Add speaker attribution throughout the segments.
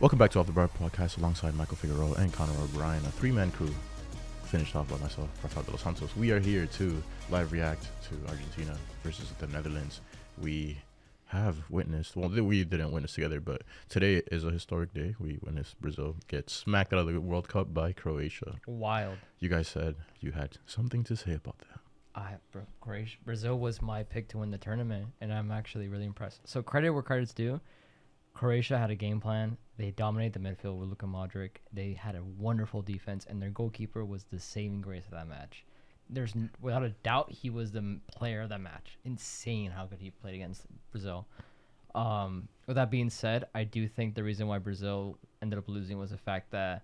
Speaker 1: Welcome back to Off the Bar podcast alongside Michael Figueroa and Conor O'Brien, a three man crew. Finished off by myself, Rafael de los Santos. We are here to live react to Argentina versus the Netherlands. We have witnessed, well, th- we didn't witness together, but today is a historic day. We witnessed Brazil get smacked out of the World Cup by Croatia.
Speaker 2: Wild.
Speaker 1: You guys said you had something to say about that.
Speaker 2: I bro, Croatia, Brazil was my pick to win the tournament, and I'm actually really impressed. So credit where credit's due. Croatia had a game plan. They dominated the midfield with Luka Modric. They had a wonderful defense, and their goalkeeper was the saving grace of that match. There's n- without a doubt he was the m- player of that match. Insane how good he played against Brazil. Um, with that being said, I do think the reason why Brazil ended up losing was the fact that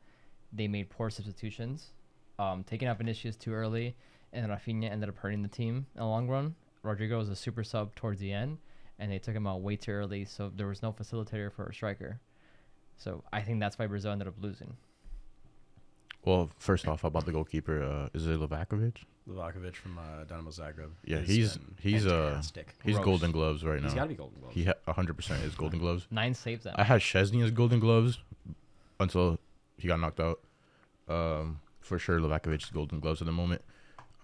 Speaker 2: they made poor substitutions, um, taking out Vinicius too early, and Rafinha ended up hurting the team in the long run. Rodrigo was a super sub towards the end, and they took him out way too early, so there was no facilitator for a striker. So I think that's why Brazil ended up losing.
Speaker 1: Well, first off, about the goalkeeper, uh, is it Livakovic?
Speaker 3: Livakovic from uh, Dynamo Zagreb.
Speaker 1: Yeah,
Speaker 3: has
Speaker 1: he's
Speaker 3: been
Speaker 1: he's uh
Speaker 3: fantastic.
Speaker 1: he's
Speaker 2: Gross.
Speaker 1: Golden Gloves right now.
Speaker 3: He's got to be Golden Gloves.
Speaker 1: He ha- 100% is Golden Gloves.
Speaker 2: Nine saves that.
Speaker 1: I had Chesney as Golden Gloves until he got knocked out. Um, for sure, Livakovic's Golden Gloves at the moment.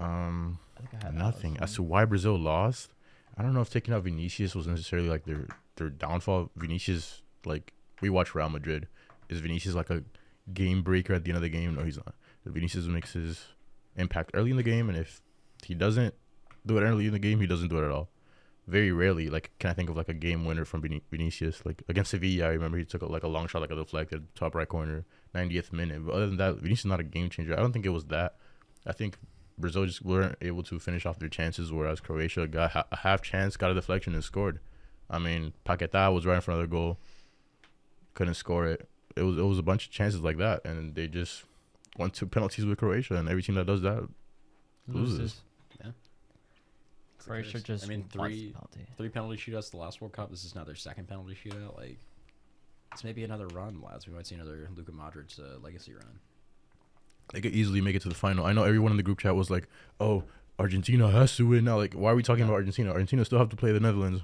Speaker 1: Um,
Speaker 2: I think I had that
Speaker 1: nothing
Speaker 2: last
Speaker 1: as to why Brazil lost. I don't know if taking out Vinicius was necessarily like their their downfall. Vinicius, like we watch Real Madrid, is Vinicius like a game breaker at the end of the game? No, he's not. Vinicius makes his impact early in the game, and if he doesn't do it early in the game, he doesn't do it at all. Very rarely, like can I think of like a game winner from Vini- Vinicius? Like against Sevilla, I remember he took like a long shot, like a deflected top right corner, 90th minute. But other than that, Vinicius is not a game changer. I don't think it was that. I think Brazil just weren't able to finish off their chances, whereas Croatia got ha- a half chance, got a deflection, and scored. I mean, Paquetá was right in front of the goal, couldn't score it. It was it was a bunch of chances like that, and they just won two penalties with Croatia, and every team that does that, loses.
Speaker 3: It's the
Speaker 2: Croatia
Speaker 3: case.
Speaker 2: just
Speaker 3: I mean,
Speaker 2: wants the
Speaker 3: three
Speaker 2: penalty.
Speaker 3: three penalty shootouts. The last World Cup. This is now their second penalty shootout. Like, it's maybe another run, lads. We might see another Luka Modric uh, legacy run.
Speaker 1: they could easily make it to the final. I know everyone in the group chat was like, "Oh, Argentina has to win now." Like, why are we talking about Argentina? Argentina still have to play the Netherlands.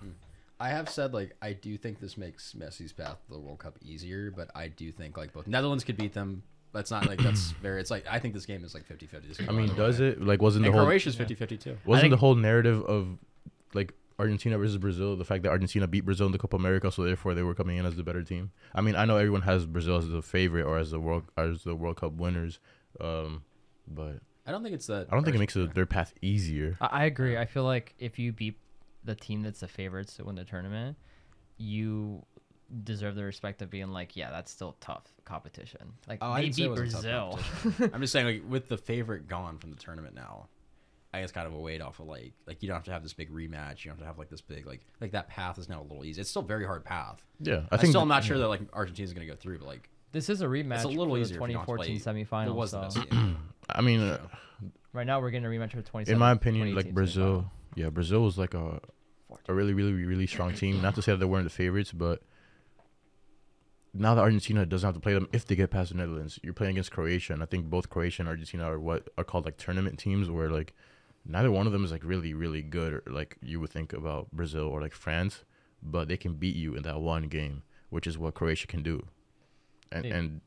Speaker 4: I have said like I do think this makes Messi's path to the World Cup easier, but I do think like both Netherlands could beat them. That's not like that's very. It's like I think this game is like 50-50. This could
Speaker 1: I
Speaker 4: go
Speaker 1: mean,
Speaker 4: either
Speaker 1: does
Speaker 4: way.
Speaker 1: it? Like, wasn't the
Speaker 3: And
Speaker 1: whole
Speaker 3: Croatia's 50-50 too.
Speaker 1: wasn't
Speaker 2: think-
Speaker 1: the whole narrative of like Argentina versus Brazil the fact that Argentina beat Brazil in the Copa America, so therefore they were coming in as the better team? I mean, I know everyone has Brazil as the favorite or as the world as the World Cup winners, um, but
Speaker 3: I don't think it's that.
Speaker 1: I don't think it
Speaker 3: Arge-
Speaker 1: makes it, their path easier.
Speaker 2: I, I agree. I feel like if you beat the team that's the favorites to win the tournament, you deserve the respect of being like, yeah, that's still tough competition. Like
Speaker 3: Oh, I
Speaker 2: they
Speaker 3: didn't say it
Speaker 2: beat
Speaker 3: was a tough
Speaker 2: Brazil.
Speaker 3: I'm just saying, like, with the favorite gone from the tournament now, I guess kind of a weight off of like, like you don't have to have this big rematch. You don't have to have like this big like, like that path is now a little easy. It's still a very hard path.
Speaker 1: Yeah,
Speaker 3: I
Speaker 1: I think
Speaker 3: still am not sure that like Argentina's going to go through, but like
Speaker 2: this is a rematch.
Speaker 3: it's a little
Speaker 2: for
Speaker 3: easier.
Speaker 2: The
Speaker 3: if you don't
Speaker 2: 2014
Speaker 3: have to play-
Speaker 2: semifinal.
Speaker 3: It was
Speaker 2: so.
Speaker 3: the best game.
Speaker 1: I mean. Uh,
Speaker 2: Right now, we're getting a rematch of 20.
Speaker 1: in my opinion, like Brazil, yeah, Brazil was like a a really, really, really strong team. Not to say that they weren't the favorites, but now that Argentina doesn't have to play them if they get past the Netherlands, you're playing against Croatia, and I think both Croatia and Argentina are what are called like tournament teams, where like neither one of them is like really, really good, or like you would think about Brazil or like France, but they can beat you in that one game, which is what Croatia can do, and
Speaker 2: They-
Speaker 1: and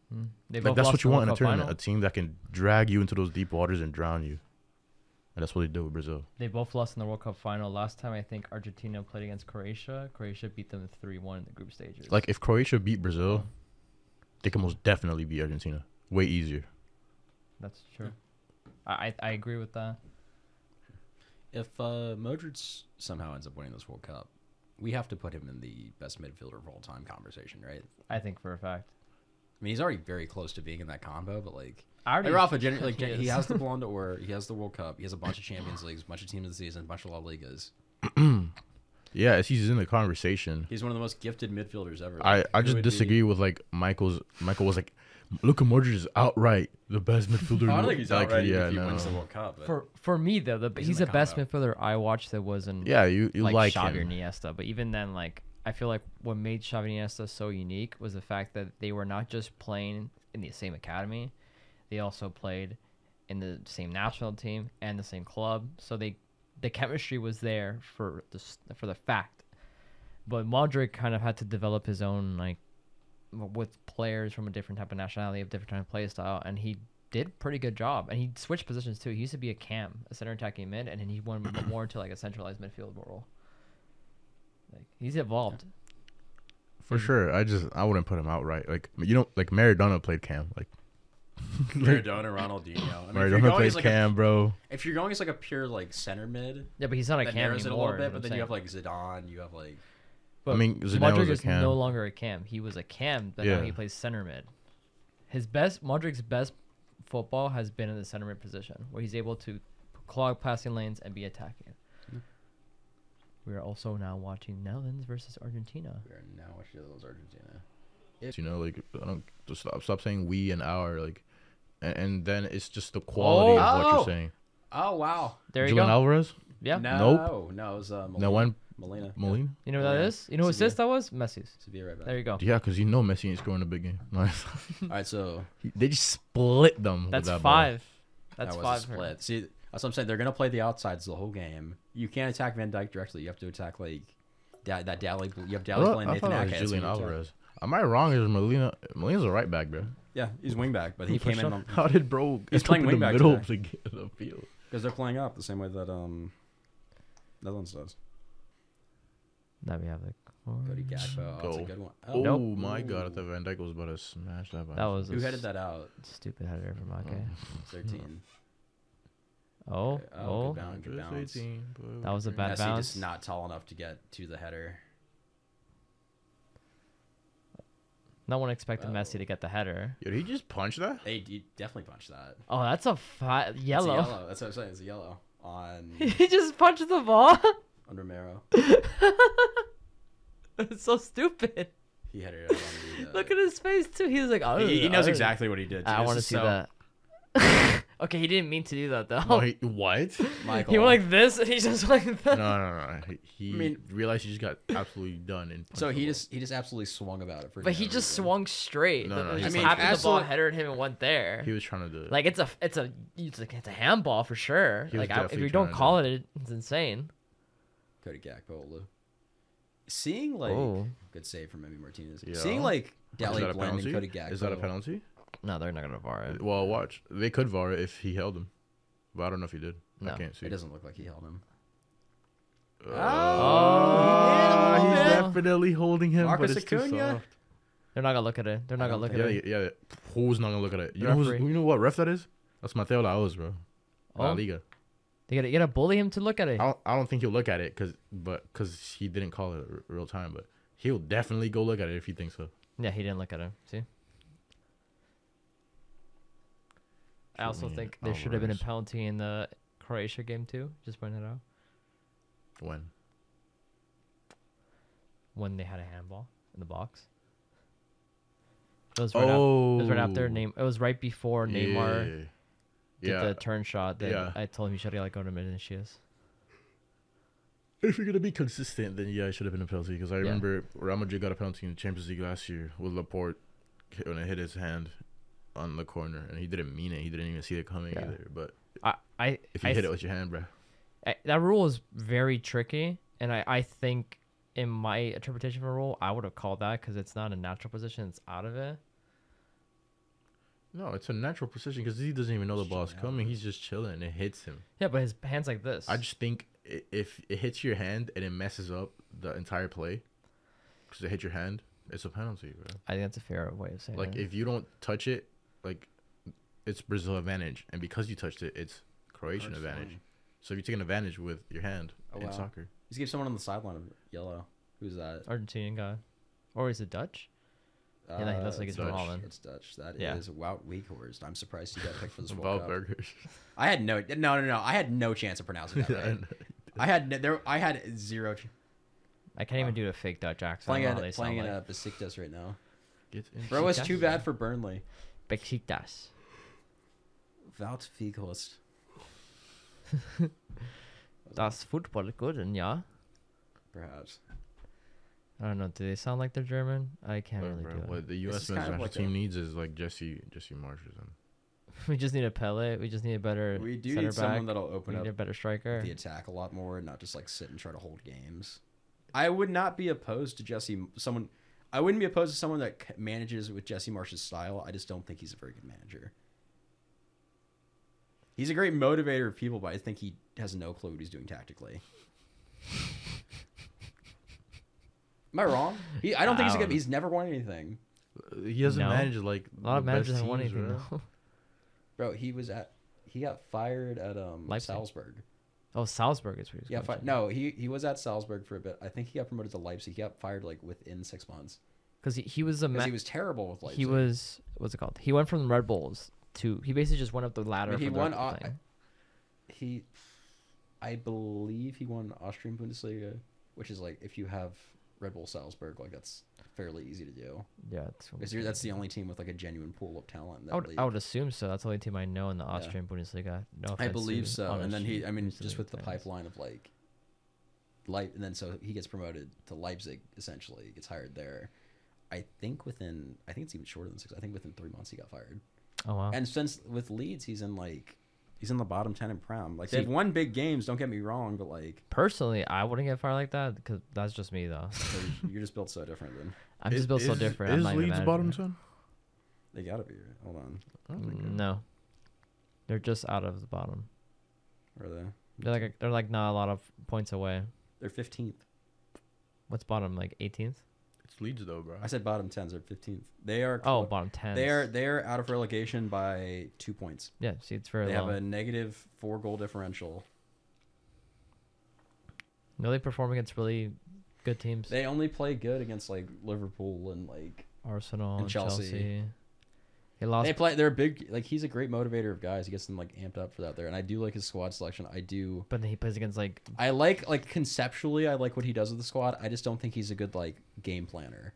Speaker 2: They
Speaker 1: Mm. like
Speaker 2: both
Speaker 1: that's
Speaker 2: lost
Speaker 1: what you
Speaker 2: the
Speaker 1: want in a
Speaker 2: World Cup
Speaker 1: tournament,
Speaker 2: final.
Speaker 1: a team that can drag you into those deep waters and drown you, and that's what they did with Brazil.
Speaker 2: They both lost in the World Cup final. Last time, I think Argentina played against Croatia. Croatia beat them 3 1 in the group stages.
Speaker 1: Like if Croatia beat Brazil, they can most definitely beat Argentina. Way easier.
Speaker 2: that's true. I, I I agree with that.
Speaker 3: If uh, Modric somehow ends up winning this World Cup, we have to put him in the best midfielder of all time conversation, right?
Speaker 2: I think for a fact.
Speaker 3: I mean, he's already very close to being in that combo, but like,
Speaker 2: I already-
Speaker 3: like Rafa, gen- like, gen-
Speaker 2: He
Speaker 3: he,
Speaker 2: is.
Speaker 3: has the Blonde d'Or, he has the World Cup, he has a bunch of Champions Leagues, a bunch of teams of the season, a bunch of La Ligas.
Speaker 1: Yeah, it's- he's in the conversation.
Speaker 3: He's one of the most gifted midfielders ever.
Speaker 1: I,
Speaker 3: Like,
Speaker 1: I
Speaker 3: who
Speaker 1: just
Speaker 3: would be-
Speaker 1: disagree with like Michael's. Michael was like, Luka Modric is outright the best midfielder. in
Speaker 3: I
Speaker 1: the-
Speaker 3: don't think he's
Speaker 1: like,
Speaker 3: outright
Speaker 1: yeah,
Speaker 3: if he
Speaker 1: no.
Speaker 3: wins the World Cup. But
Speaker 2: For for me though, the, he's,
Speaker 3: He's in
Speaker 2: the,
Speaker 3: the
Speaker 2: best
Speaker 3: combo.
Speaker 2: midfielder I watched that was in
Speaker 1: yeah, you you
Speaker 2: like,
Speaker 1: like,
Speaker 2: Xavi or
Speaker 1: him.
Speaker 2: Niesta. But even then, like I feel like what made Xavi and Niesta so unique was the fact that they were not just playing in the same academy, they also played in the same national team and the same club. So they the chemistry was there for the s- for the fact. But Modric kind of had to develop his own like with players from a different type of nationality, of different type of play style, and he did pretty good job. And he switched positions too. He used to be a cam, a center attacking mid, and then he went more into like a centralized midfield role. Like he's evolved.
Speaker 1: For sure. I just I wouldn't put him out right. Like you know, like Maradona played Cam. Like
Speaker 3: Maradona, Ronaldinho. I mean, if you're
Speaker 1: Maradona
Speaker 3: going
Speaker 1: plays
Speaker 3: as like a,
Speaker 1: Cam, bro.
Speaker 3: if you're going as like a pure like center mid,
Speaker 2: Yeah, but he's not a
Speaker 3: that
Speaker 2: cam
Speaker 3: narrows it a
Speaker 2: anymore.
Speaker 3: little bit.
Speaker 2: is what
Speaker 3: But then
Speaker 2: I'm
Speaker 3: you have
Speaker 2: saying.
Speaker 3: like Zidane. You have like
Speaker 1: I mean, Zidane was
Speaker 2: Modric
Speaker 1: a
Speaker 2: is
Speaker 1: cam.
Speaker 2: no longer a cam. He was a cam, but now
Speaker 1: Yeah.
Speaker 2: he plays center mid. His best Modric's best football has been in the center mid position, where he's able to clog passing lanes and be attacking. We are also now watching Netherlands versus Argentina.
Speaker 4: We are now watching those Argentina.
Speaker 1: you know, like I don't just stop stop saying we and our like and, and then it's just the quality of what
Speaker 4: Oh.
Speaker 1: you're saying.
Speaker 4: Oh wow!
Speaker 2: There you
Speaker 1: Julian
Speaker 2: go.
Speaker 1: Alvarez?
Speaker 2: Yeah.
Speaker 4: No, no, it was uh, Molina.
Speaker 1: No one
Speaker 4: Molina.
Speaker 1: Molina?
Speaker 2: You know what that
Speaker 4: Yeah.
Speaker 2: is? You know what
Speaker 4: Sevilla.
Speaker 2: assist that was? Messi's.
Speaker 4: Sevilla right back.
Speaker 2: There you go.
Speaker 1: Yeah, because you know Messi ain't scoring a big game.
Speaker 4: All right, so
Speaker 1: they just split them. with
Speaker 2: That's
Speaker 1: that ball.
Speaker 2: five. That's
Speaker 4: that was
Speaker 2: five.
Speaker 4: a
Speaker 2: for-
Speaker 4: split. See, that's what I'm saying. They're gonna play the outsides the whole game. You can't attack Van Dyke directly. You have to attack like da- that Dally. You have
Speaker 1: I
Speaker 4: Dally
Speaker 1: thought,
Speaker 4: playing
Speaker 1: I
Speaker 4: Nathan
Speaker 1: thought it
Speaker 4: Ake.
Speaker 1: was
Speaker 4: That's
Speaker 1: Julian
Speaker 4: what you attack.
Speaker 1: Alvarez. Am I wrong? Is Molina Molina's a right back, bro?
Speaker 4: Yeah, he's wing back, but he
Speaker 1: For
Speaker 4: came in
Speaker 1: sure.
Speaker 4: on
Speaker 1: How did bro?
Speaker 4: He's
Speaker 1: end
Speaker 4: playing
Speaker 1: up in the
Speaker 4: wingback
Speaker 1: middle of the, g- of the field.
Speaker 4: because they're playing up the same way that um Netherlands does.
Speaker 2: Now we have the.
Speaker 4: Cody Gakpo. Oh, that's a
Speaker 1: Go.
Speaker 4: good one.
Speaker 1: Oh
Speaker 4: Oh,
Speaker 2: Nope.
Speaker 1: my god! I thought Van Dyke was about to smash that.
Speaker 2: That was a
Speaker 4: Who headed that out?
Speaker 2: stupid header from Ake.
Speaker 4: It's 13.
Speaker 1: Mm-hmm.
Speaker 2: Oh,
Speaker 4: Okay. Oh,
Speaker 2: oh,
Speaker 4: good bounce. Good bounce.
Speaker 2: that was a bad
Speaker 4: Messi
Speaker 2: bounce.
Speaker 4: just not tall enough to get to the header.
Speaker 2: No one expected Messi
Speaker 4: Oh.
Speaker 2: to get the header.
Speaker 1: Yo, did he just punch that?
Speaker 4: They you definitely punched that.
Speaker 2: Oh, that's a fi-
Speaker 4: It's a
Speaker 2: yellow.
Speaker 4: yellow. That's what I'm saying. It's a yellow on
Speaker 2: he just punched the ball.
Speaker 4: on Romero.
Speaker 2: it's so stupid.
Speaker 4: He headed it out on the. Uh,
Speaker 2: Look at his face too. He was like, oh,
Speaker 3: he, he knows
Speaker 2: oh."
Speaker 3: exactly what he did.
Speaker 2: I
Speaker 3: too.
Speaker 2: want to
Speaker 3: This
Speaker 2: see
Speaker 3: is so-
Speaker 2: that. okay, he didn't mean to do that though.
Speaker 1: No, he, what? no,
Speaker 4: Michael.
Speaker 2: he went like this, and he just like
Speaker 1: no,
Speaker 2: that.
Speaker 1: no, no. He- He
Speaker 4: I mean-
Speaker 1: realized he just got absolutely done and.
Speaker 4: So
Speaker 1: punched
Speaker 4: he
Speaker 1: the
Speaker 4: just he just absolutely swung about it for.
Speaker 2: But
Speaker 4: no
Speaker 2: he just
Speaker 4: reason.
Speaker 2: swung straight.
Speaker 1: No,
Speaker 2: No,
Speaker 1: no,
Speaker 2: just
Speaker 1: he's
Speaker 4: like-
Speaker 2: happened the ball
Speaker 4: absolute-
Speaker 2: headed him and went there.
Speaker 1: ball. He was trying to do. it.
Speaker 2: like it's a, it's a, it's like it's a handball for sure.
Speaker 1: He was
Speaker 2: Like I, if
Speaker 1: definitely
Speaker 2: you don't
Speaker 1: trying to-
Speaker 2: call it, it's insane.
Speaker 4: Cody Gakpo. Seeing like
Speaker 2: Oh.
Speaker 4: good save from Emmy Martinez.
Speaker 1: Yeah.
Speaker 4: Seeing like
Speaker 1: Is
Speaker 4: Dally
Speaker 1: that a
Speaker 4: Blend
Speaker 1: penalty?
Speaker 4: and Cody Gakpo.
Speaker 1: Is that a penalty?
Speaker 2: No, they're not gonna var it.
Speaker 1: Well, watch. They could VAR it if he held him, but I don't know if he did.
Speaker 2: No.
Speaker 1: I can't see.
Speaker 4: It doesn't look like he held him.
Speaker 1: Uh,
Speaker 2: Oh.
Speaker 1: Ah, Oh, he's
Speaker 2: bit.
Speaker 1: definitely holding him,
Speaker 4: Marcus
Speaker 1: but it's too
Speaker 4: Acuna?
Speaker 1: soft.
Speaker 2: They're not gonna look at it. They're not
Speaker 4: I
Speaker 2: gonna
Speaker 4: don't
Speaker 2: look at
Speaker 1: Yeah,
Speaker 2: it.
Speaker 1: yeah, yeah. Who's not gonna look at it? You know, who's,
Speaker 2: Referee.
Speaker 1: you know what ref that is? That's Mateo Laos, bro. La
Speaker 2: Oh.
Speaker 1: Liga.
Speaker 2: They gotta, you gotta bully him to look at it.
Speaker 1: I don't, I don't think he'll look at it because, but because he didn't call it r- real time, but he'll definitely go look at it if he thinks so.
Speaker 2: Yeah, he didn't look at him. See. I also
Speaker 1: Julian
Speaker 2: think there should have been a
Speaker 1: Alvarez.
Speaker 2: penalty in the Croatia game too. Just pointing it out
Speaker 1: When?
Speaker 2: when they had a handball in the box. It was right, oh. it was right after name. It was right before Neymar did
Speaker 1: Yeah.
Speaker 2: the turn shot. That
Speaker 1: Yeah.
Speaker 2: I told him he should have like "Oh, go to Vinicius.
Speaker 1: If you're gonna be consistent, then yeah, it should have been a penalty because I
Speaker 2: Yeah.
Speaker 1: remember Real Madrid got a penalty in the Champions League last year with Laporte when it hit his hand on the corner, and he didn't mean it. He didn't even see it coming
Speaker 2: Yeah.
Speaker 1: either. But
Speaker 2: I I
Speaker 1: if you
Speaker 2: I
Speaker 1: hit
Speaker 2: th-
Speaker 1: it with your hand, bro,
Speaker 2: I, that rule is very tricky, and I, I think in my interpretation of a rule, I would have called that because it's not a natural position; it's out of it.
Speaker 1: no, it's a natural position because he doesn't even know the ball's coming. He's just chilling. and It hits him.
Speaker 2: Yeah, but his hands like this.
Speaker 1: I just think i- if it hits your hand and it messes up the entire play, because it hit your hand, it's a penalty, bro.
Speaker 2: I think that's a fair way of saying
Speaker 1: Like
Speaker 2: it.
Speaker 1: if you don't touch it, like it's Brazil advantage, and because you touched it, it's Croatian
Speaker 4: That's
Speaker 1: advantage.
Speaker 4: fine.
Speaker 1: So if you take an advantage with your hand
Speaker 4: Oh,
Speaker 1: in
Speaker 4: wow.
Speaker 1: soccer,
Speaker 4: He just gave someone on the sideline of yellow. Who's that?
Speaker 2: Argentinian guy, or is it Dutch? Yeah, that- that's like
Speaker 4: Uh, it's
Speaker 2: it's
Speaker 1: Dutch.
Speaker 2: from Holland.
Speaker 4: It's Dutch. That is
Speaker 2: Yeah.
Speaker 4: Wout Weghorst. I'm surprised he got picked for this World Cup.
Speaker 1: Valberger.
Speaker 4: I had no, no, no, no. I had no chance of pronouncing that.
Speaker 1: Yeah,
Speaker 4: Right? I had no, there. I had zero. Ch-
Speaker 2: I can't even do a fake Dutch accent. I
Speaker 4: playing
Speaker 2: don't know how
Speaker 4: at
Speaker 2: they
Speaker 4: playing
Speaker 2: sound
Speaker 4: at
Speaker 2: like.
Speaker 4: uh, Besiktas right now.
Speaker 1: Get in.
Speaker 4: Bro, it's
Speaker 2: Besiktas?
Speaker 4: too bad for Burnley.
Speaker 2: Besiktas.
Speaker 4: Wout Weghorst.
Speaker 2: Das Football Guten, ja.
Speaker 4: Perhaps.
Speaker 2: I don't know. Do they sound like they're German? I can't
Speaker 1: Bro,
Speaker 2: really
Speaker 1: bro,
Speaker 2: do it.
Speaker 1: what the
Speaker 4: This
Speaker 1: U.S.
Speaker 4: is kind
Speaker 1: men's
Speaker 4: of
Speaker 1: national
Speaker 4: like
Speaker 1: team needs is like Jesse Jesse Marsh or something.
Speaker 2: We just need a Pele. We just need a better
Speaker 4: We do
Speaker 2: center
Speaker 4: need someone
Speaker 2: back.
Speaker 4: that'll
Speaker 2: We
Speaker 4: open
Speaker 2: need
Speaker 4: up
Speaker 2: a better striker.
Speaker 4: the attack a lot more, and not just like sit and try to hold games. I would not be opposed to Jesse someone. I wouldn't be opposed to someone that c- manages with Jesse Marsh's style. I just don't think he's a very good manager. He's a great motivator of people, but I think he has no clue what he's doing tactically. Am I wrong? He, I don't think he's a
Speaker 2: I
Speaker 4: good.
Speaker 2: don't-
Speaker 4: He's never won anything,
Speaker 1: Uh, He doesn't
Speaker 2: No.
Speaker 1: manage like
Speaker 2: A lot of
Speaker 1: the best
Speaker 2: managers haven't won
Speaker 1: teams,
Speaker 2: anything.
Speaker 1: bro.
Speaker 2: though.
Speaker 4: bro. He was at. He got fired at um
Speaker 2: Leipzig.
Speaker 4: Salzburg.
Speaker 2: Oh, Salzburg is pretty.
Speaker 4: Yeah, fi- no, he he was at Salzburg for a bit. I think he got promoted to Leipzig. He got fired like within six months
Speaker 2: because he, he was a ma-
Speaker 4: because
Speaker 2: he
Speaker 4: he
Speaker 2: was,
Speaker 4: was terrible with Leipzig.
Speaker 2: what's it called? He went from the Red Bulls to he basically just went up the ladder.
Speaker 4: he
Speaker 2: from the
Speaker 4: won
Speaker 2: Red Bull
Speaker 4: all-
Speaker 2: thing.
Speaker 4: he I believe he won Austrian Bundesliga, which is like if you have Red Bull Salzburg, like that's fairly easy to do.
Speaker 2: Yeah, that's what-
Speaker 4: Because you're- that's the only team with like a genuine pool of talent. in That
Speaker 2: I would,
Speaker 4: league.
Speaker 2: I would assume so. That's the only team I know in the Austrian Bundesliga. No,
Speaker 4: I
Speaker 2: offense
Speaker 4: believe
Speaker 2: to
Speaker 4: so. And then he, I mean,
Speaker 2: Austrian
Speaker 4: just with the
Speaker 2: Bundesliga fans.
Speaker 4: pipeline of like, Leip, and then so he gets promoted to Leipzig essentially, He gets hired there. I think within, I think it's even shorter than six. I think within three months he got fired.
Speaker 2: Oh wow.
Speaker 4: And since with Leeds, he's in like, he's in the bottom ten in Prem. Like
Speaker 2: See-
Speaker 4: they've won big games. Don't get me wrong, but like,
Speaker 2: Personally, I wouldn't get fired like that because that's just me though.
Speaker 4: so you're just built so different. Then
Speaker 2: I'm just built so
Speaker 1: Is-
Speaker 2: different. I'm
Speaker 1: Is
Speaker 2: not even
Speaker 1: Leeds
Speaker 2: managing
Speaker 1: bottom
Speaker 2: it.
Speaker 1: ten?
Speaker 4: they gotta be. Hold on,
Speaker 1: I don't think so.
Speaker 2: Mm, No, they're just out of the bottom.
Speaker 4: where are they?
Speaker 2: They're like they're like not a lot of points away.
Speaker 4: They're fifteenth.
Speaker 2: What's bottom like 18th?
Speaker 1: It's Leeds though, bro.
Speaker 4: I said bottom tens. They're fifteenth. They are.
Speaker 2: Oh,
Speaker 4: clo-
Speaker 2: bottom 10.
Speaker 4: they are. They are out of relegation by two points.
Speaker 2: yeah. See, it's very
Speaker 4: They
Speaker 2: low.
Speaker 4: have a negative four goal differential.
Speaker 2: No, they perform against really good teams.
Speaker 4: They only play good against like Liverpool and like
Speaker 2: Arsenal
Speaker 4: And
Speaker 2: and Chelsea.
Speaker 4: Chelsea.
Speaker 2: They lost.
Speaker 4: they play. They're a big like he's a great motivator of guys. He gets them like amped up for that there. And I do like his squad selection. I do.
Speaker 2: but then he plays against like
Speaker 4: I like like conceptually. I like what he does with the squad. I just don't think he's a good like game planner.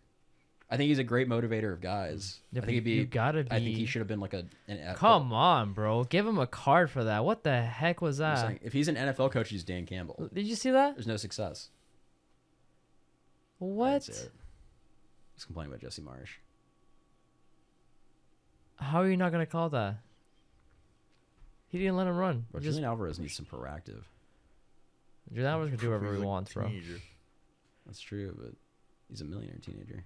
Speaker 4: I think he's a great motivator of guys.
Speaker 2: Yeah,
Speaker 4: I
Speaker 2: but
Speaker 4: think he'd be.
Speaker 2: you gotta
Speaker 4: I think he
Speaker 2: be-
Speaker 4: should have been like a an F-
Speaker 2: Come on, bro. Give him a card for that. What the heck was
Speaker 4: I'm
Speaker 2: that?
Speaker 4: saying, if he's an NFL coach, he's Dan Campbell.
Speaker 2: Did you see that?
Speaker 4: There's no success.
Speaker 2: What?
Speaker 4: That's it. He's complaining about Jesse Marsh.
Speaker 2: How are you not gonna call that? He didn't let him run.
Speaker 4: But
Speaker 2: He just
Speaker 4: Julian Alvarez needs some proactive.
Speaker 2: Jordan Alvarez can do
Speaker 1: He's
Speaker 2: whatever he
Speaker 1: like a
Speaker 2: wants, bro.
Speaker 1: teenager.
Speaker 4: That's true, but he's a millionaire teenager.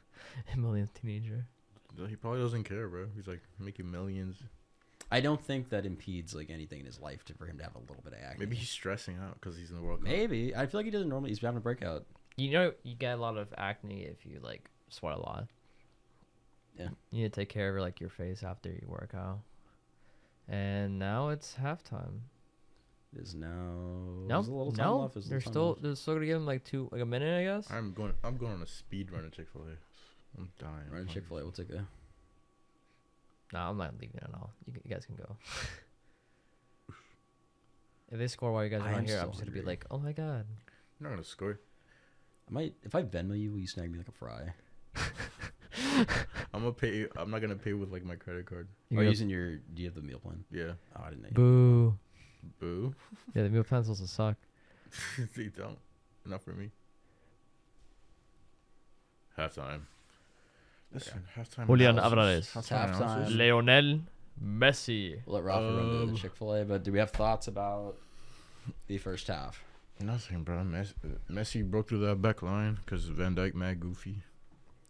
Speaker 2: A million teenager.
Speaker 1: No, He probably doesn't care, bro. He's like making millions.
Speaker 4: I don't think that impedes like anything in his life to, for him to have a little bit of acne.
Speaker 1: Maybe he's stressing out because he's in the World Cup.
Speaker 4: Maybe I feel like he doesn't normally. He's having a breakout.
Speaker 2: You know, you get a lot of acne if you like sweat a lot.
Speaker 4: Yeah.
Speaker 2: You need to take care of like your face after you work out. And now it's halftime.
Speaker 4: There's no.
Speaker 2: No,
Speaker 4: There's a little time
Speaker 2: no,
Speaker 4: left. There's a
Speaker 2: they're
Speaker 4: little time
Speaker 2: still
Speaker 4: left.
Speaker 2: they're still gonna give him like two like a minute, I guess.
Speaker 1: I'm going. I'm going on a speed run at Chick Fil A. I'm dying.
Speaker 4: Right, Chick Fil A. We'll take a.
Speaker 2: No, I'm not leaving at all. You, g- you guys can go. if they score while you guys
Speaker 4: I
Speaker 2: are not
Speaker 4: am
Speaker 2: here, I'm
Speaker 4: so
Speaker 2: just gonna be
Speaker 4: hungry.
Speaker 2: like, oh my god.
Speaker 1: I'm not gonna score.
Speaker 4: I might if I Venmo you, will you snag me like a fry?
Speaker 1: I'm gonna pay. I'm not gonna pay with like my credit card.
Speaker 2: You
Speaker 4: Are
Speaker 2: go,
Speaker 4: you using your? Do you have the meal plan?
Speaker 1: Yeah.
Speaker 4: Oh, I didn't. Know you-
Speaker 2: Boo.
Speaker 1: Boo.
Speaker 2: Yeah, the meal plans also suck.
Speaker 1: they don't. Not for me. Halftime. Listen, halftime.
Speaker 2: Julian
Speaker 1: analysis.
Speaker 2: Alvarez.
Speaker 1: Halftime.
Speaker 4: Halftime.
Speaker 1: analysis.
Speaker 2: Leonel Messi.
Speaker 4: We'll let Rafa run to
Speaker 1: Um,
Speaker 4: the Chick Fil A. But do we have thoughts about the first half?
Speaker 1: Nothing, bro. Messi, Messi broke through that back line because Van Dyke mad goofy.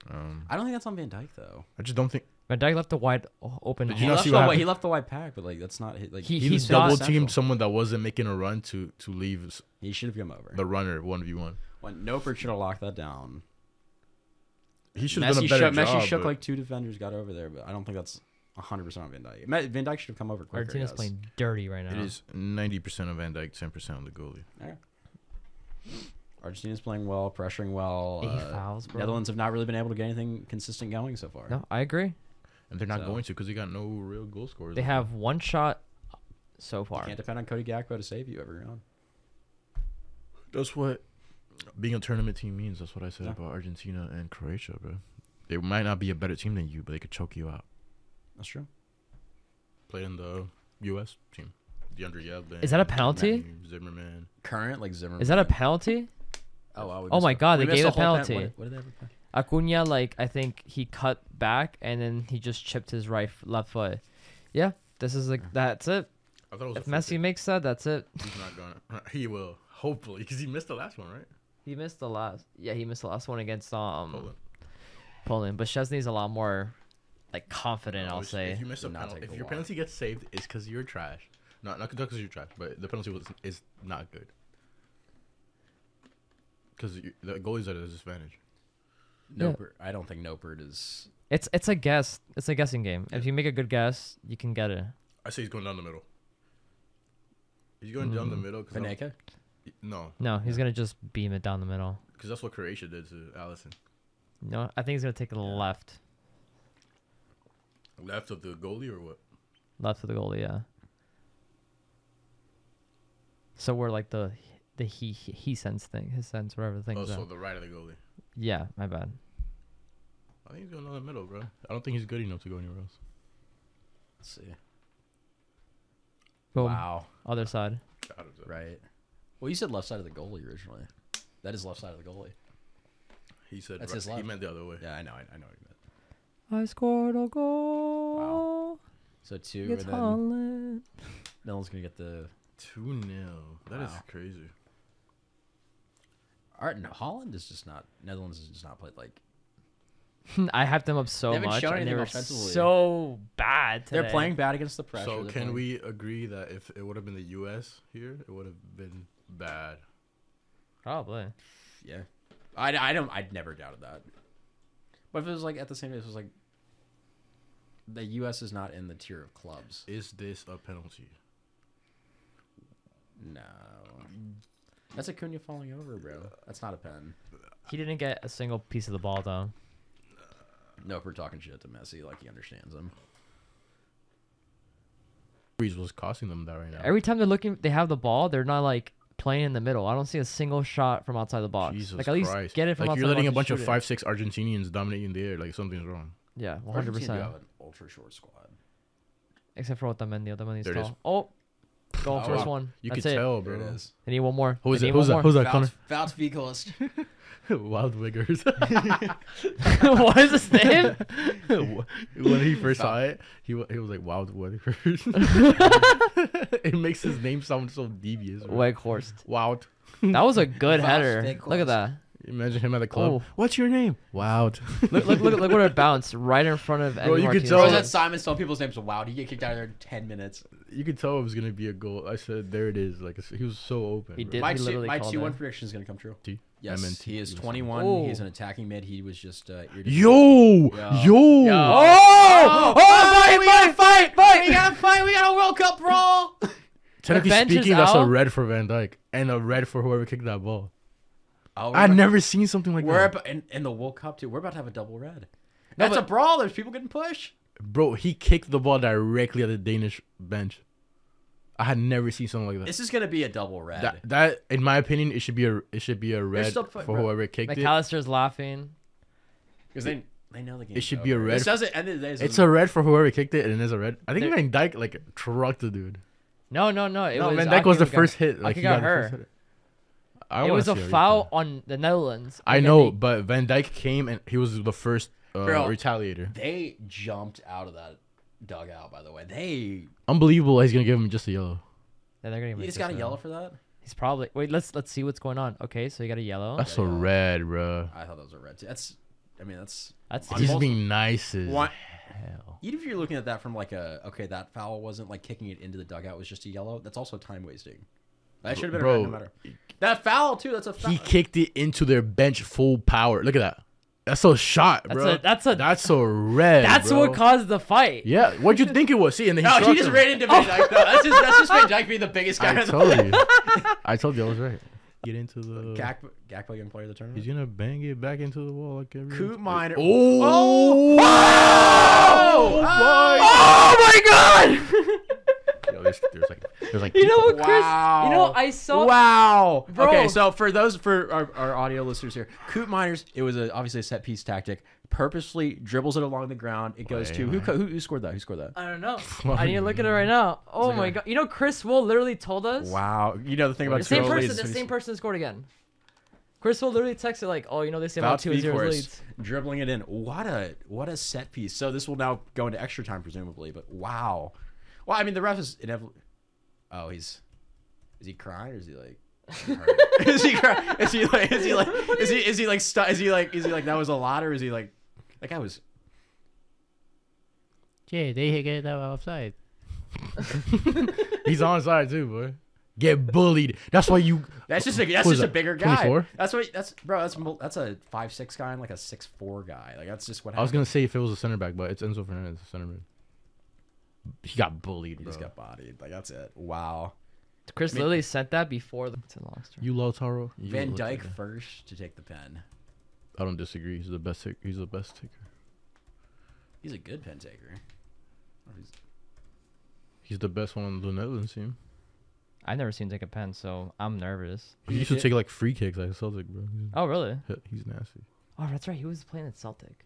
Speaker 1: Um,
Speaker 4: I don't think that's on Van Dyke though.
Speaker 1: I just don't think
Speaker 2: My dad left the wide o- open.
Speaker 1: Did
Speaker 2: hole.
Speaker 1: you
Speaker 4: he,
Speaker 1: not
Speaker 4: left
Speaker 1: see
Speaker 4: the
Speaker 1: what
Speaker 4: wide, he
Speaker 1: happened?
Speaker 4: left the wide pack, but like that's not his, like
Speaker 2: He-
Speaker 4: he,
Speaker 1: he was
Speaker 2: thought-
Speaker 1: double
Speaker 4: Central.
Speaker 1: teamed someone that wasn't making a run to to leave s-
Speaker 4: should have come over.
Speaker 1: the runner one v one.
Speaker 4: When Noper should have locked that down.
Speaker 1: He should have
Speaker 4: Messi,
Speaker 1: done a better
Speaker 4: shook,
Speaker 1: job.
Speaker 4: Messi shook
Speaker 1: but-
Speaker 4: like two defenders, got over there, but I don't think that's 100 percent on Van Dyke. Me- Van Dyke should have come over quicker.
Speaker 2: Argentina's
Speaker 4: yes.
Speaker 2: playing dirty right now.
Speaker 1: It is ninety percent of Van Dyke, ten percent of the goalie.
Speaker 4: Argentina's playing well, pressuring well.
Speaker 2: Eight
Speaker 4: uh,
Speaker 2: fouls, bro.
Speaker 4: Netherlands have not really been able to get anything consistent going so far.
Speaker 2: No, I agree.
Speaker 1: And they're not
Speaker 4: So-
Speaker 1: going to because they got no real goal scorers.
Speaker 2: They have one shot so far.
Speaker 4: Can't depend on Cody Gakpo to save you every round.
Speaker 1: That's what being a tournament team means. That's what I said
Speaker 4: Yeah.
Speaker 1: about Argentina and Croatia, bro. They might not be a better team than you, but they could choke you out.
Speaker 4: That's true.
Speaker 1: Playing the U.S. team, DeAndre Yedlin.
Speaker 2: Is that a penalty?
Speaker 1: Matthew Zimmerman.
Speaker 4: Current like Zimmer.
Speaker 2: Is that a penalty?
Speaker 4: Oh, wow, we
Speaker 2: Oh
Speaker 4: missed
Speaker 2: my
Speaker 4: a-
Speaker 2: God,
Speaker 4: we
Speaker 2: they
Speaker 4: missed
Speaker 2: gave a
Speaker 4: whole pen-
Speaker 2: penalty.
Speaker 4: What, what did they have a pen-
Speaker 2: Acuna, like I think he cut back and then he just chipped his right f- left foot. Yeah, this is
Speaker 1: Mm.
Speaker 2: like that's it.
Speaker 1: I thought it was
Speaker 2: If
Speaker 1: a free
Speaker 2: Messi makes that, that's it.
Speaker 1: kick. He's not gonna. He will hopefully because he missed the last one, right?
Speaker 2: He missed the last. Yeah, he missed the last one against um
Speaker 1: Poland.
Speaker 2: Poland, but Chesney's a lot more like confident. I'll
Speaker 1: Which,
Speaker 2: say.
Speaker 1: If you miss a
Speaker 5: Did not
Speaker 1: penalty,
Speaker 5: take
Speaker 1: if
Speaker 5: the
Speaker 1: your
Speaker 5: walk.
Speaker 1: penalty gets saved, it's because you're trash. Not not because you're trash, but the penalty was is not good. Because the goalie's at a disadvantage.
Speaker 5: No,
Speaker 2: Yeah.
Speaker 5: Bert- I don't think Nopert is.
Speaker 2: It's it's a guess. It's a guessing game. If you make a good guess, you can get it.
Speaker 1: I say he's going down the middle. He's going down the middle. Cause I'm-
Speaker 5: Panenka?
Speaker 1: no,
Speaker 2: No, he's gonna just beam it down the middle.
Speaker 1: because that's what Croatia did to Allison.
Speaker 2: No, I think he's gonna take the left,
Speaker 1: Left of the goalie or what?
Speaker 2: left of the goalie. Yeah. So we're like the the he he- he sense thing, his sense, whatever the
Speaker 1: Oh,
Speaker 2: thing's
Speaker 1: so
Speaker 2: at.
Speaker 1: the right of the goalie.
Speaker 2: Yeah, my bad.
Speaker 1: I think he's going down the middle, bro. I don't think he's good enough to go anywhere else.
Speaker 5: Let's see.
Speaker 2: Boom.
Speaker 5: Wow.
Speaker 2: Other side.
Speaker 1: Out of the-
Speaker 5: Right.
Speaker 4: Well, you said left side of the goalie originally. That is left side of the goalie.
Speaker 1: He said
Speaker 4: That's
Speaker 1: right-
Speaker 4: his left.
Speaker 1: he meant the other way.
Speaker 5: Yeah, I know. I, I know what you meant.
Speaker 2: I scored a goal.
Speaker 4: So two,
Speaker 2: It's
Speaker 4: and then
Speaker 2: Holland.
Speaker 4: no one's gonna get the.
Speaker 1: Two 0 That is
Speaker 4: Wow.
Speaker 1: crazy.
Speaker 4: All right, no, Holland is just not. Netherlands has just not played like.
Speaker 2: I hyped them up so
Speaker 4: They haven't
Speaker 2: much,
Speaker 4: shown
Speaker 2: and they
Speaker 4: anything
Speaker 2: were
Speaker 4: offensively.
Speaker 2: so bad. Today.
Speaker 4: They're playing bad against the pressure.
Speaker 1: so
Speaker 4: They're
Speaker 1: can
Speaker 4: playing-
Speaker 1: we agree that if it would have been the U.S. here, it would have been bad.
Speaker 2: probably.
Speaker 4: Yeah, I, I don't. I'd never doubted that. But if it was like at the same, it was like. The U.S. is not in the tier of clubs.
Speaker 1: Is this a penalty?
Speaker 4: No, that's Acuna falling over, bro. That's not a pen.
Speaker 2: He didn't get a single piece of the ball though.
Speaker 4: No, if we're talking shit to Messi, like he understands him.
Speaker 1: Breeze was costing them that right now.
Speaker 2: Every time they're looking, they have the ball. They're not like playing in the middle. I don't see a single shot from outside the box.
Speaker 1: Jesus
Speaker 2: like at least
Speaker 1: Christ.
Speaker 2: get it from
Speaker 1: like
Speaker 2: outside.
Speaker 1: you're
Speaker 2: the
Speaker 1: letting a bunch
Speaker 2: box and
Speaker 1: of
Speaker 2: shoot it.
Speaker 1: five six Argentinians dominate you in the air. Like something's wrong.
Speaker 2: Yeah, one hundred
Speaker 4: Argentina do
Speaker 2: percent.
Speaker 4: have an ultra short squad.
Speaker 2: Except for Otamendi. Otamendi's
Speaker 1: There it is.
Speaker 2: tall. Oh, goal
Speaker 1: Oh,
Speaker 2: first
Speaker 1: wow.
Speaker 2: one.
Speaker 1: You
Speaker 2: That's
Speaker 1: can
Speaker 2: it.
Speaker 1: tell,
Speaker 4: There
Speaker 1: bro.
Speaker 4: it is.
Speaker 2: They need one more.
Speaker 1: Who is
Speaker 2: They
Speaker 1: it?
Speaker 2: need
Speaker 1: Who's that?
Speaker 2: one
Speaker 1: Who's that?
Speaker 4: Fouts,
Speaker 1: Connor?
Speaker 4: Fouts Vicolas.
Speaker 1: Wild Wiggers.
Speaker 2: more. what is his name?
Speaker 1: when he first saw it, he wa- he was like Wild Wiggers. it makes his name sound so devious. bro.
Speaker 2: Weghorst.
Speaker 1: Wild.
Speaker 2: That was a good
Speaker 4: Vas
Speaker 2: header.
Speaker 4: Vegas.
Speaker 2: Look at that.
Speaker 1: Imagine him at the club.
Speaker 2: Oh.
Speaker 1: What's your name? Wild.
Speaker 2: Look, look, look, look what it bounced right in front of. Bro,
Speaker 1: you could
Speaker 4: Or
Speaker 1: tell-
Speaker 4: is that Simon telling people's names? Wow, he get kicked out of there in ten minutes.
Speaker 1: you could tell it was gonna be a goal. I said, there it is. Like it's- he was so open.
Speaker 2: He
Speaker 1: bro.
Speaker 2: did.
Speaker 4: my two,
Speaker 2: literally
Speaker 4: my
Speaker 2: called
Speaker 4: two one
Speaker 2: it.
Speaker 4: prediction is gonna come true.
Speaker 1: T-
Speaker 4: Yes,
Speaker 1: MNT.
Speaker 4: he is twenty one.
Speaker 2: Oh.
Speaker 4: He's an attacking mid. He was just uh, irritated.
Speaker 1: Yo,
Speaker 4: Yo.
Speaker 1: yo.
Speaker 2: Oh!
Speaker 4: fight, fight, fight, fight! We got a fight. We got a World Cup brawl.
Speaker 1: Technically
Speaker 2: bench is
Speaker 1: speaking, that's a
Speaker 2: out?
Speaker 1: red for Van Dyke and a red for whoever kicked that ball.
Speaker 4: Oh,
Speaker 1: I've never seen something like
Speaker 4: We're
Speaker 1: that,
Speaker 4: about, in, in the World Cup too. We're about to have a double red. That's a brawl. There's people getting pushed.
Speaker 1: bro. He kicked the ball directly at the Danish bench. I had never seen something like that.
Speaker 4: This is gonna be a double red.
Speaker 1: That, that, in my opinion, it should be a it should be a red
Speaker 4: still
Speaker 1: for
Speaker 4: put- bro.
Speaker 1: whoever kicked it.
Speaker 2: McAllister's laughing.
Speaker 4: Because they they know the game.
Speaker 1: It should be a red.
Speaker 4: This doesn't end of the day.
Speaker 1: It's a red for whoever kicked it, and it's a red. I think Van Dyke like trucked the dude.
Speaker 2: No, no, no. It
Speaker 1: No,
Speaker 2: was,
Speaker 1: Van
Speaker 2: Aki
Speaker 1: Dyke was the
Speaker 2: who got-
Speaker 1: first hit. Like
Speaker 2: Aki
Speaker 1: he
Speaker 2: got
Speaker 1: got the first
Speaker 2: her.
Speaker 1: hit. I
Speaker 2: it
Speaker 1: wanna
Speaker 2: was a
Speaker 1: see replay.
Speaker 2: foul on the Netherlands.
Speaker 1: I
Speaker 2: and then
Speaker 1: know,
Speaker 2: they-
Speaker 1: but Van Dyke came and he was the first uh,
Speaker 4: Bro.
Speaker 1: retaliator.
Speaker 4: They jumped out of that dugout. By the way, they
Speaker 1: Unbelievable! He's gonna give him just a yellow.
Speaker 2: Yeah, they're gonna
Speaker 4: you
Speaker 2: make
Speaker 4: just
Speaker 2: this
Speaker 4: got a
Speaker 2: one.
Speaker 4: yellow for that.
Speaker 2: He's probably wait. Let's let's see what's going on. Okay, so you got a yellow.
Speaker 1: That's a red, bro.
Speaker 4: I thought that was a red too. That's, I mean, that's
Speaker 2: That's
Speaker 4: on
Speaker 1: He's
Speaker 4: both-
Speaker 1: being nice as
Speaker 4: One-
Speaker 1: hell.
Speaker 4: Even if you're looking at that from like a okay, that foul wasn't like kicking it into the dugout was just a yellow. That's also time wasting. That should have been a red no
Speaker 1: Bro.
Speaker 4: matter. That foul too. That's a foul.
Speaker 1: He kicked it into their bench full power. Look at that. That's a shot,
Speaker 2: That's
Speaker 1: bro.
Speaker 2: a- that's a-
Speaker 1: that's a red.
Speaker 2: that's
Speaker 1: bro.
Speaker 2: what caused the fight.
Speaker 1: Yeah, what'd you think it was? See, and then he,
Speaker 4: no, he
Speaker 1: struck
Speaker 4: just
Speaker 1: him.
Speaker 4: ran into Van Dyke. though. That's just that's just Van Dyke being the biggest guy.
Speaker 1: I
Speaker 4: in the
Speaker 1: told you. I told you I was right. Get into the.
Speaker 4: Gakpo, Gakpo young player of the
Speaker 1: He's
Speaker 4: tournament.
Speaker 1: gonna bang it back into the wall like every.
Speaker 4: Coot minor.
Speaker 1: Oh!
Speaker 4: Oh!
Speaker 2: Oh my god!
Speaker 1: Yo, there's, there's like, there's like.
Speaker 2: you know what, Chris?
Speaker 4: Wow.
Speaker 2: You know I saw.
Speaker 4: Wow.
Speaker 2: Bro.
Speaker 4: Okay, so for those for our, our audio listeners here, Coop Miners, it was a, obviously a set piece tactic. Purposely dribbles it along the ground. It goes
Speaker 1: Wait,
Speaker 4: to who, co- who? Who scored that? Who scored that?
Speaker 2: I don't know. I need to look at it right now. Oh my god! You know Chris Will literally told us.
Speaker 4: Wow. You know the thing about
Speaker 2: The same
Speaker 4: Tyrell
Speaker 2: person.
Speaker 4: Leeds
Speaker 2: The
Speaker 4: is-
Speaker 2: same person scored again. Chris Will literally texted like, "Oh, you know they say about
Speaker 4: Vouch
Speaker 2: two zero
Speaker 4: Vicours
Speaker 2: leads."
Speaker 4: dribbling it in. What a what a set piece. So this will now go into extra time presumably, but wow. Well, I mean the ref is inevitably. Oh, he's is he crying or is he like? hurt? is he crying? Is he like? Is he like? Is he is he like? Stu- is he like? Is he like? That was a lot, or is he like? That guy was
Speaker 6: Yeah, they get that offside.
Speaker 1: He's on side too, boy. Get bullied. That's why you.
Speaker 4: That's just a that's
Speaker 1: Who is
Speaker 4: just a
Speaker 1: that,
Speaker 4: bigger guy.
Speaker 1: 24?
Speaker 4: That's what that's bro. That's mul- that's a five six guy and like a six four guy. Like that's just what
Speaker 1: I was
Speaker 4: happened.
Speaker 1: gonna say if it was a center back, but it's Enzo Fernandez, the center back. He got bullied,
Speaker 4: He
Speaker 1: bro.
Speaker 4: just got bodied. Like that's it. Wow.
Speaker 6: Chris
Speaker 4: I mean-
Speaker 6: Lilly sent that before the. It's a long story.
Speaker 1: you Lautaro. You
Speaker 4: Van
Speaker 1: Lautaro.
Speaker 4: Dyke first to take the pen.
Speaker 1: I don't disagree. He's the best. Tick- he's the best taker.
Speaker 4: He's a good pen taker. Or he's-
Speaker 1: He's the best one on the Netherlands team.
Speaker 2: I've never seen him take a pen, so I'm nervous.
Speaker 1: He used to take like free kicks like Celtic, bro. He's-
Speaker 2: Oh, really?
Speaker 1: He's nasty.
Speaker 2: Oh, that's right. He was playing at Celtic.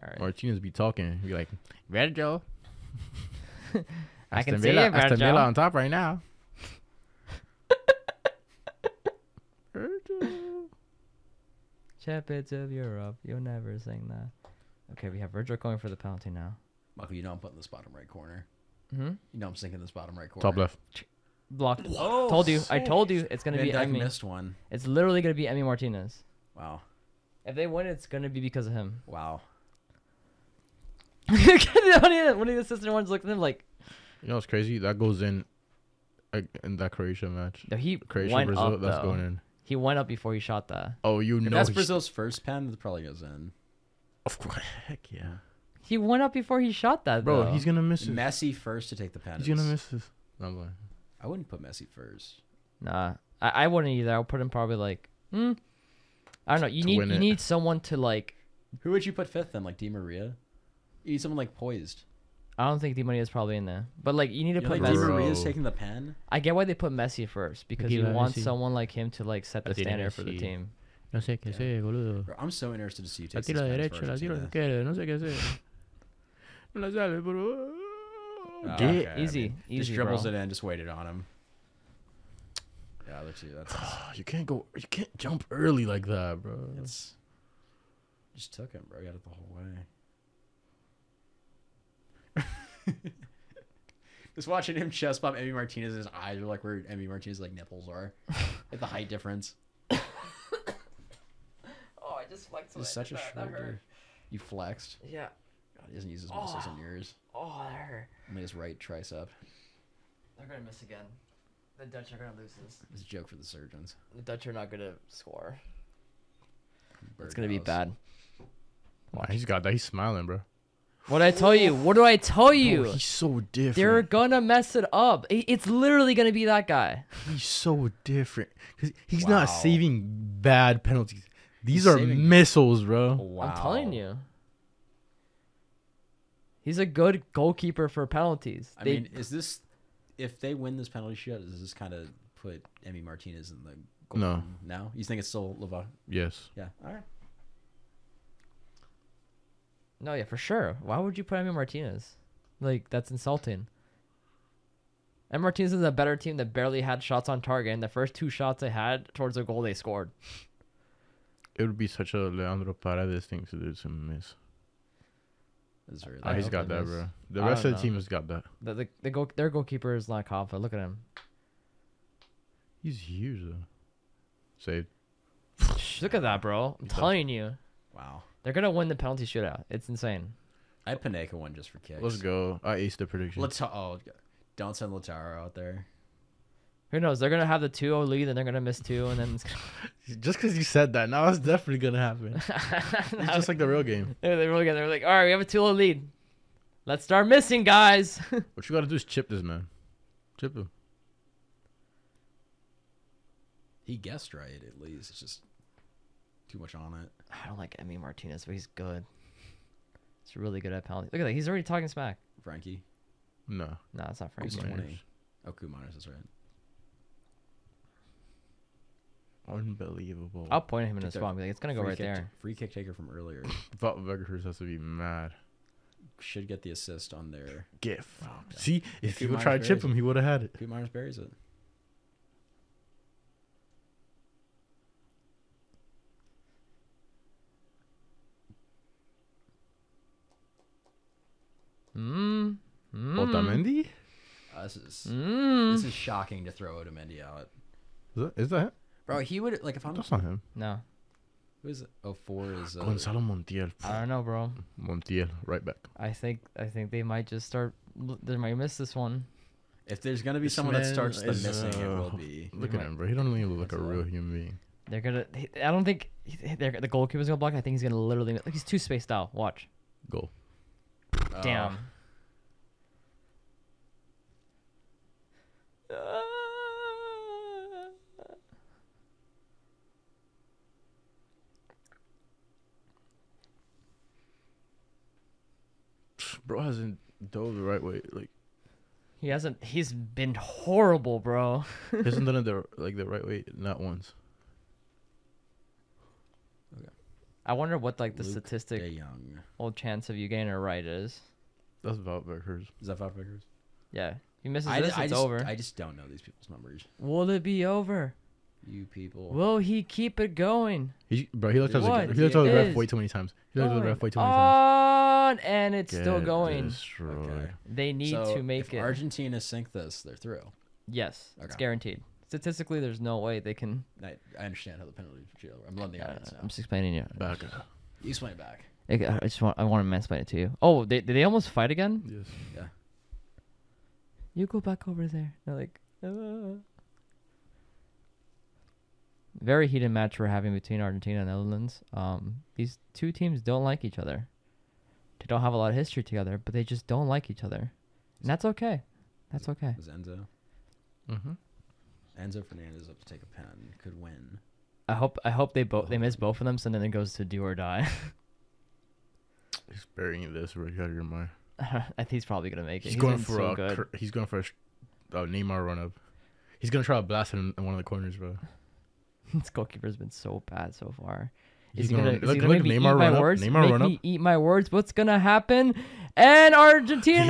Speaker 2: All right.
Speaker 1: Martinez be talking. He be like, Virgil.
Speaker 2: I can
Speaker 1: Aston
Speaker 2: see
Speaker 1: Villa-
Speaker 2: it,
Speaker 1: Aston Villa
Speaker 2: Virgil.
Speaker 1: on top right now. Virgil.
Speaker 2: Champions of Europe. You'll never sing that. Okay, we have Virgil going for the penalty now.
Speaker 4: Michael, you know I'm putting this bottom right corner.
Speaker 2: Mm-hmm.
Speaker 4: You know I'm sinking this bottom right corner.
Speaker 1: Top left.
Speaker 2: Blocked. told you. I told you. It's gonna
Speaker 4: Van
Speaker 2: be
Speaker 4: Dyke
Speaker 2: Emmy.
Speaker 4: missed one.
Speaker 2: It's literally gonna be Emmy Martinez.
Speaker 4: Wow.
Speaker 2: If they win, it's gonna be because of him.
Speaker 4: Wow.
Speaker 2: one, of the, one of the assistant ones looked at him like,
Speaker 1: You know what's crazy? That goes in uh, in that Croatia match.
Speaker 2: no, he
Speaker 1: Croatia
Speaker 2: went
Speaker 1: Brazil,
Speaker 2: up
Speaker 1: that's
Speaker 2: though.
Speaker 1: going in.
Speaker 2: He went up before he shot that.
Speaker 1: Oh, you
Speaker 4: If
Speaker 1: know.
Speaker 4: that's
Speaker 1: he's-
Speaker 4: Brazil's first pen, that probably goes in.
Speaker 1: Of course. Heck yeah.
Speaker 2: He went up before he shot that.
Speaker 1: Bro,
Speaker 2: though.
Speaker 1: he's gonna miss it.
Speaker 4: Messi first to take the pen.
Speaker 1: He's gonna miss this. No, I'm lying.
Speaker 4: I wouldn't put Messi first.
Speaker 2: Nah, I, I wouldn't either. I'll put him probably like, hmm. I don't know. You
Speaker 1: To
Speaker 2: need
Speaker 1: win
Speaker 2: you
Speaker 1: it.
Speaker 2: need someone to like.
Speaker 4: Who would you put fifth then? Like Di Maria? You need someone like poised.
Speaker 2: I don't think Di Maria is probably in there, but like you need to
Speaker 4: You know,
Speaker 2: put
Speaker 4: like
Speaker 1: Messi-
Speaker 4: Di
Speaker 2: Messi.
Speaker 4: Maria's
Speaker 1: Bro.
Speaker 4: taking the pen.
Speaker 2: I get why they put Messi first because you
Speaker 6: Give
Speaker 2: want
Speaker 6: Messi.
Speaker 2: someone like him to like set the
Speaker 1: I think
Speaker 2: standard for the
Speaker 1: Messi-
Speaker 2: team.
Speaker 6: No sé qué sé, boludo.
Speaker 4: Bro, I'm so interested to see you
Speaker 6: La
Speaker 4: take
Speaker 6: tiro derecho, la tiro
Speaker 4: derecho.
Speaker 6: izquierdo, no sé qué sé.
Speaker 1: No la sale, bro.
Speaker 2: Ah,
Speaker 4: okay.
Speaker 1: Get-
Speaker 4: I
Speaker 2: easy,
Speaker 4: mean,
Speaker 2: easy,
Speaker 4: just dribbles
Speaker 2: bro.
Speaker 4: it in, just waited on him. Yeah, that's it. That's
Speaker 1: You can't go. You can't jump early like that, bro.
Speaker 4: it's just took him, bro. Got it the whole way. just watching him chest bump Emmy Martinez, his eyes are like where Emmy Martinez's like nipples are. at the height difference.
Speaker 6: Oh, I just flexed.
Speaker 4: It's such a short. dude. You flexed.
Speaker 6: Yeah.
Speaker 4: God, he doesn't use his muscles in yours.
Speaker 6: Oh, that hurt.
Speaker 4: Only his right tricep.
Speaker 6: They're gonna miss again. The Dutch are gonna lose this.
Speaker 4: It's a joke for the surgeons.
Speaker 6: The Dutch are not gonna score.
Speaker 2: It's gonna be
Speaker 4: Birdhouse.
Speaker 2: bad.
Speaker 1: Wow, he's got that. He's smiling, bro.
Speaker 2: What do I tell you? What do I tell
Speaker 1: Bro,
Speaker 2: you?
Speaker 1: he's so different.
Speaker 2: They're gonna mess it up. I- It's literally gonna be that guy.
Speaker 1: He's so different. 'Cause He's
Speaker 4: Wow.
Speaker 1: not saving bad penalties. These
Speaker 4: He's
Speaker 1: are
Speaker 4: saving- Oh.
Speaker 1: missiles, bro.
Speaker 4: Wow.
Speaker 2: I'm telling you. He's a good goalkeeper for penalties.
Speaker 4: I
Speaker 2: They-
Speaker 4: mean, is this if they win this penalty shootout? Does this kind of put Emmy Martinez in the goal?
Speaker 1: No.
Speaker 4: line now you think it's still Leva?
Speaker 1: Yes.
Speaker 4: Yeah. All right.
Speaker 2: no, yeah, for sure. Why would you put Emmy Martinez? Like that's insulting. Emmy Martinez is a better team that barely had shots on target, and the first two shots they had towards the goal they scored.
Speaker 1: It would be such a Leandro Paredes thing to do to miss.
Speaker 4: That's very
Speaker 1: Oh,
Speaker 2: I
Speaker 4: loud.
Speaker 1: he's
Speaker 2: hope
Speaker 1: got
Speaker 2: they
Speaker 1: that,
Speaker 2: miss.
Speaker 1: bro. The
Speaker 2: I
Speaker 1: rest of the
Speaker 2: don't know.
Speaker 1: team has got that.
Speaker 2: The, the, the goal, their goalkeeper is not confident. Look at him.
Speaker 1: He's huge though. Saved.
Speaker 2: Shh, Look at that, bro. I'm
Speaker 1: He's done.
Speaker 2: telling you,
Speaker 4: wow.
Speaker 2: they're gonna win the penalty shootout. It's insane.
Speaker 4: I had Panenka one just for kicks.
Speaker 1: Let's go. I aced the prediction.
Speaker 4: Lata- oh, don't send Lataro out there.
Speaker 2: Who knows? They're gonna have the 2-0 lead, and they're gonna miss two, and then it's
Speaker 1: Just because you said that, now it's definitely gonna happen. it's just like the real game.
Speaker 2: They they really got. They're like, all right, we have a 2-0 lead. Let's start missing, guys.
Speaker 1: What you gotta do is chip this man. Chip him.
Speaker 4: He guessed right at least. It's just too much on it.
Speaker 2: I don't like Emmy Martinez, but he's good. He's really good at penalty. Look at that. He's already talking smack.
Speaker 4: Frankie.
Speaker 1: No.
Speaker 2: No, it's not
Speaker 4: Who's
Speaker 2: Frankie.
Speaker 1: Miners.
Speaker 4: 20? Oh, Kuminers, that's right.
Speaker 1: Unbelievable.
Speaker 2: I'll point at him in the
Speaker 4: Take that
Speaker 2: spot. and be Like, it's gonna go
Speaker 4: Free
Speaker 2: right
Speaker 4: kick-
Speaker 2: there.
Speaker 4: Free kick taker from earlier
Speaker 1: Thought Weghurst has to be mad.
Speaker 4: should get the assist on there.
Speaker 1: Get fucked. See, if
Speaker 4: Two
Speaker 1: he would
Speaker 4: minus
Speaker 1: try to chip
Speaker 4: berries.
Speaker 1: him, he would have had it.
Speaker 4: Kuminers buries it.
Speaker 2: Mm. Mm.
Speaker 1: Otamendi? Is
Speaker 4: Uh, this is
Speaker 2: Mm.
Speaker 4: this is shocking to throw Otamendi out.
Speaker 1: that, is that him?
Speaker 4: Bro, he would like if I'm
Speaker 1: That's not him.
Speaker 2: No.
Speaker 4: Who is it? Oh, four is. Uh,
Speaker 1: Ah, Gonzalo Montiel.
Speaker 2: I don't know, bro.
Speaker 1: Montiel, right back.
Speaker 2: I think I think they might just start. They might miss this one.
Speaker 4: if there's gonna be
Speaker 7: This
Speaker 4: someone that
Speaker 7: man
Speaker 4: starts the
Speaker 7: is,
Speaker 4: missing, it
Speaker 1: uh,
Speaker 4: will be.
Speaker 1: Look at him, bro. He don't even look like a real human being.
Speaker 2: They're gonna. he- I don't think he- they're, the goalkeeper's gonna block. I think he's gonna literally. Like, he's too spaced out. Watch.
Speaker 1: Goal.
Speaker 4: Oh.
Speaker 2: Damn.
Speaker 1: Bro hasn't dove the right way. Like
Speaker 2: He hasn't. He's been horrible, bro.
Speaker 1: he hasn't done it the like the right way not once.
Speaker 2: I wonder what like the
Speaker 4: Luke
Speaker 2: statistic
Speaker 4: De Young.
Speaker 2: old chance of you getting it right is.
Speaker 1: That's Valverde's.
Speaker 4: Is that five fingers?
Speaker 2: Yeah. He misses
Speaker 4: I,
Speaker 2: this.
Speaker 4: ju- I
Speaker 2: it's
Speaker 4: just,
Speaker 2: over.
Speaker 4: I just don't know these people's numbers.
Speaker 2: Will it be over?
Speaker 4: You people.
Speaker 2: Will he keep it going?
Speaker 1: He bro, he looked at
Speaker 2: What
Speaker 1: the he looked at the ref
Speaker 2: is
Speaker 1: way too many times. He looked at the ref way too many times.
Speaker 2: on and it's still
Speaker 1: Get
Speaker 2: going.
Speaker 1: destroyed.
Speaker 4: Okay.
Speaker 2: They need
Speaker 4: So,
Speaker 2: to make
Speaker 4: if
Speaker 2: it.
Speaker 4: Argentina sink this, they're through.
Speaker 2: yes, it's
Speaker 4: Okay.
Speaker 2: guaranteed. Statistically, there's no way they can.
Speaker 4: And I, I understand how the penalty jail. I'm letting the
Speaker 2: Uh,
Speaker 4: audience know.
Speaker 2: I'm just explaining it.
Speaker 1: Back.
Speaker 4: You explain it back.
Speaker 2: I I just want. I want to mansplain it to you. Oh, they did they almost fight again?
Speaker 1: Yes.
Speaker 2: You go back over there. They're like. "Uh." Very heated match we're having between Argentina and Netherlands. Um, these two teams don't like each other. They don't have a lot of history together, but they just don't like each other, and that's okay. That's okay.
Speaker 4: Is Enzo?
Speaker 1: Mm-hmm.
Speaker 4: Enzo Fernandez up to take a pen. Could win.
Speaker 2: I hope I hope they both they miss both of them, so then it goes to do or die.
Speaker 1: He's burying this right out of your mind.
Speaker 2: I think he's probably gonna make it.
Speaker 1: He's, going
Speaker 2: been
Speaker 1: for
Speaker 2: so
Speaker 1: a
Speaker 2: good.
Speaker 1: cur- he's going for a sh- uh, Neymar run up. He's gonna try to blast him in one of the corners, bro.
Speaker 2: This goalkeeper's been so bad so far.
Speaker 1: He's
Speaker 2: Is he gonna,
Speaker 1: gonna-
Speaker 2: is he
Speaker 1: look-
Speaker 2: gonna
Speaker 1: look,
Speaker 2: make
Speaker 1: Neymar
Speaker 2: me eat my
Speaker 1: run up,
Speaker 2: words?
Speaker 1: Neymar
Speaker 2: make
Speaker 1: run
Speaker 2: me
Speaker 1: up.
Speaker 2: eat my words. What's gonna happen? And Argentina.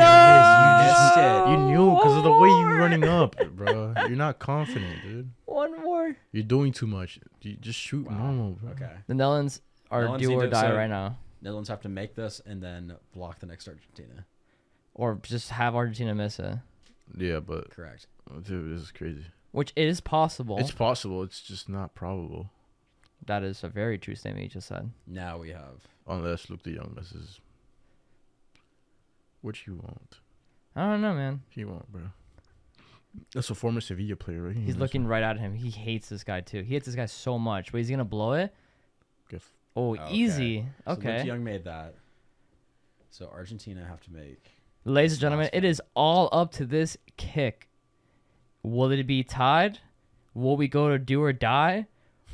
Speaker 4: There
Speaker 1: You knew because of the way you're
Speaker 2: Oh,
Speaker 1: running up, bro. You're not confident, dude.
Speaker 2: One more.
Speaker 1: You're doing too much. You just shoot normal, bro.
Speaker 4: Okay.
Speaker 2: The Netherlands are
Speaker 4: Netherlands
Speaker 2: do
Speaker 4: need
Speaker 2: or
Speaker 4: to-
Speaker 2: die
Speaker 4: so-
Speaker 2: right now,
Speaker 4: Netherlands have to make this and then block the next Argentina.
Speaker 2: or just have Argentina miss it,
Speaker 1: Yeah, but
Speaker 4: Correct.
Speaker 1: dude, this is crazy.
Speaker 2: which is possible.
Speaker 1: It's possible. It's just not probable
Speaker 2: that is a very true statement you just said.
Speaker 4: Now we have.
Speaker 1: unless Luke the Young misses. Which he won't.
Speaker 2: I don't know, man.
Speaker 1: He won't, bro. That's a former Sevilla player, right? He
Speaker 2: He's
Speaker 1: knows-
Speaker 2: looking right at him. He hates this guy too. He hates this guy so much, but he's gonna blow it.
Speaker 1: Get f-
Speaker 2: Oh,
Speaker 4: Okay.
Speaker 2: easy.
Speaker 4: So Luke
Speaker 2: Okay.
Speaker 4: de Young made that. So Argentina have to make.
Speaker 2: Ladies and gentlemen, it is all up to this kick. Will it be tied? Will we go to do or die?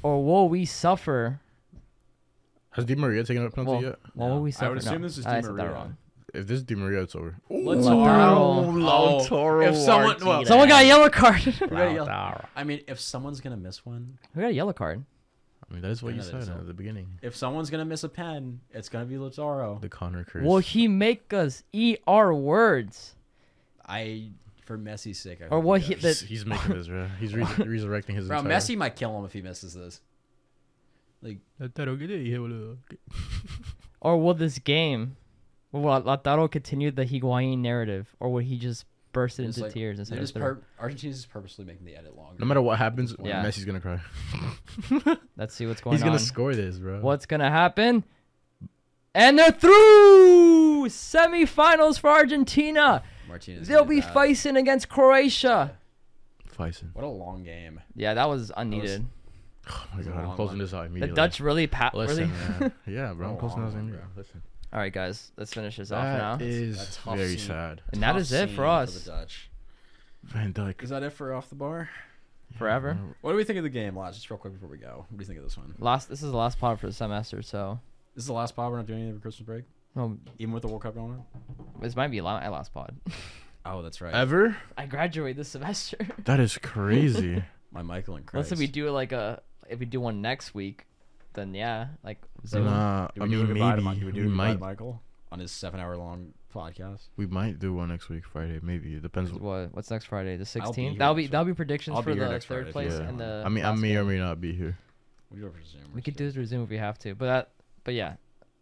Speaker 2: Or will we suffer?
Speaker 1: Has Di Maria taken a penalty
Speaker 2: Well,
Speaker 1: yet?
Speaker 2: what will we
Speaker 7: I
Speaker 2: suffer? Ah,
Speaker 7: would assume this is Di
Speaker 2: I said that
Speaker 7: Maria.
Speaker 2: wrong.
Speaker 1: If this is Di Maria, it's over.
Speaker 2: Lautaro.
Speaker 4: Oh,
Speaker 7: Lautaro
Speaker 1: If someone- well-
Speaker 7: Martinez.
Speaker 2: Someone got a yellow card.
Speaker 4: We gotta yell- I mean, if someone's gonna miss one,
Speaker 2: Who got a yellow card?
Speaker 1: I mean, that is what you
Speaker 4: Another
Speaker 1: said
Speaker 4: result.
Speaker 1: at the beginning.
Speaker 4: if someone's gonna miss a pen, it's gonna be Lazaro.
Speaker 1: The Connor curse.
Speaker 2: Will he make us eat our words?
Speaker 4: I, for Messi's sake, I
Speaker 2: Or
Speaker 4: hope
Speaker 2: will he?
Speaker 4: he
Speaker 1: he's,
Speaker 4: does.
Speaker 2: The,
Speaker 1: he's making this, bro. He's re- resurrecting his.
Speaker 4: Oh, Bro,
Speaker 1: entire-
Speaker 4: Messi might kill him if he misses this. Like,
Speaker 2: or will this game? Will Lautaro continue the Higuain narrative, or will he just burst it
Speaker 4: it's
Speaker 2: into
Speaker 4: like-
Speaker 2: tears and
Speaker 4: they're
Speaker 2: say,
Speaker 4: just pur- Argentina's just purposely making the edit longer.
Speaker 1: No matter what happens,
Speaker 2: Yeah.
Speaker 1: Messi's gonna cry.
Speaker 2: "Let's see what's going
Speaker 1: He's
Speaker 2: on."
Speaker 1: gonna score this, bro.
Speaker 2: Mm. What's gonna happen? And they're through semifinals for Argentina.
Speaker 4: Martinez.
Speaker 2: They'll
Speaker 4: did
Speaker 2: be
Speaker 4: that.
Speaker 2: facing against Croatia.
Speaker 1: Fison.
Speaker 4: What a long game.
Speaker 2: Yeah, that was unneeded.
Speaker 1: Oh my
Speaker 4: was a
Speaker 1: god, I'm
Speaker 4: long
Speaker 1: closing
Speaker 4: one.
Speaker 1: this out
Speaker 2: the
Speaker 1: immediately.
Speaker 2: Dutch really pat.
Speaker 1: Listen,
Speaker 2: Really.
Speaker 1: man. yeah, bro, I'm
Speaker 4: Oh,
Speaker 1: closing this out
Speaker 4: wow,
Speaker 1: immediately.
Speaker 4: bro.
Speaker 1: Listen,
Speaker 2: All right, guys, let's finish this off
Speaker 1: that
Speaker 2: now.
Speaker 4: A
Speaker 1: is
Speaker 4: tough
Speaker 1: very
Speaker 4: scene.
Speaker 1: sad.
Speaker 2: And that
Speaker 4: Tough
Speaker 2: is it
Speaker 4: scene
Speaker 2: for us
Speaker 4: the Dutch.
Speaker 1: Van Dyke.
Speaker 4: Is that it for off the bar?
Speaker 2: forever.
Speaker 4: What do we think of the game, Lodge? Just real quick before we go. What do you think of this one?
Speaker 2: Last. This is the last pod for the semester, so
Speaker 4: This is the last pod. We're not doing anything for Christmas break,
Speaker 2: no,
Speaker 4: even with the World Cup going on.
Speaker 2: this might be la- my last pod.
Speaker 4: Oh, that's right.
Speaker 1: Ever?
Speaker 2: I graduate this semester.
Speaker 1: That is crazy.
Speaker 4: My Michael and Chris.
Speaker 2: Unless if we do like a, if we do one next week, then yeah, like Zoom.
Speaker 1: nah,
Speaker 4: Do
Speaker 1: I
Speaker 4: we do a
Speaker 1: mean
Speaker 4: goodbye to Mi-
Speaker 1: maybe we,
Speaker 4: do we do a goodbye
Speaker 1: might
Speaker 4: to Michael on his seven-hour-long podcast.
Speaker 1: we might do one next week Friday. Maybe it depends.
Speaker 2: Is What what's next Friday? The
Speaker 4: I'll be here
Speaker 2: sixteenth. That'll be
Speaker 4: next
Speaker 2: that'll be predictions
Speaker 4: I'll
Speaker 2: for
Speaker 4: be here
Speaker 2: the
Speaker 4: next Friday
Speaker 2: third
Speaker 4: if
Speaker 2: place
Speaker 4: you
Speaker 1: want.
Speaker 2: and the.
Speaker 1: I mean, I
Speaker 2: last
Speaker 1: may or
Speaker 2: game.
Speaker 1: may not be here.
Speaker 4: We do it for Zoom.
Speaker 2: We could do
Speaker 4: do
Speaker 2: it through Zoom if we have to, but that, but yeah.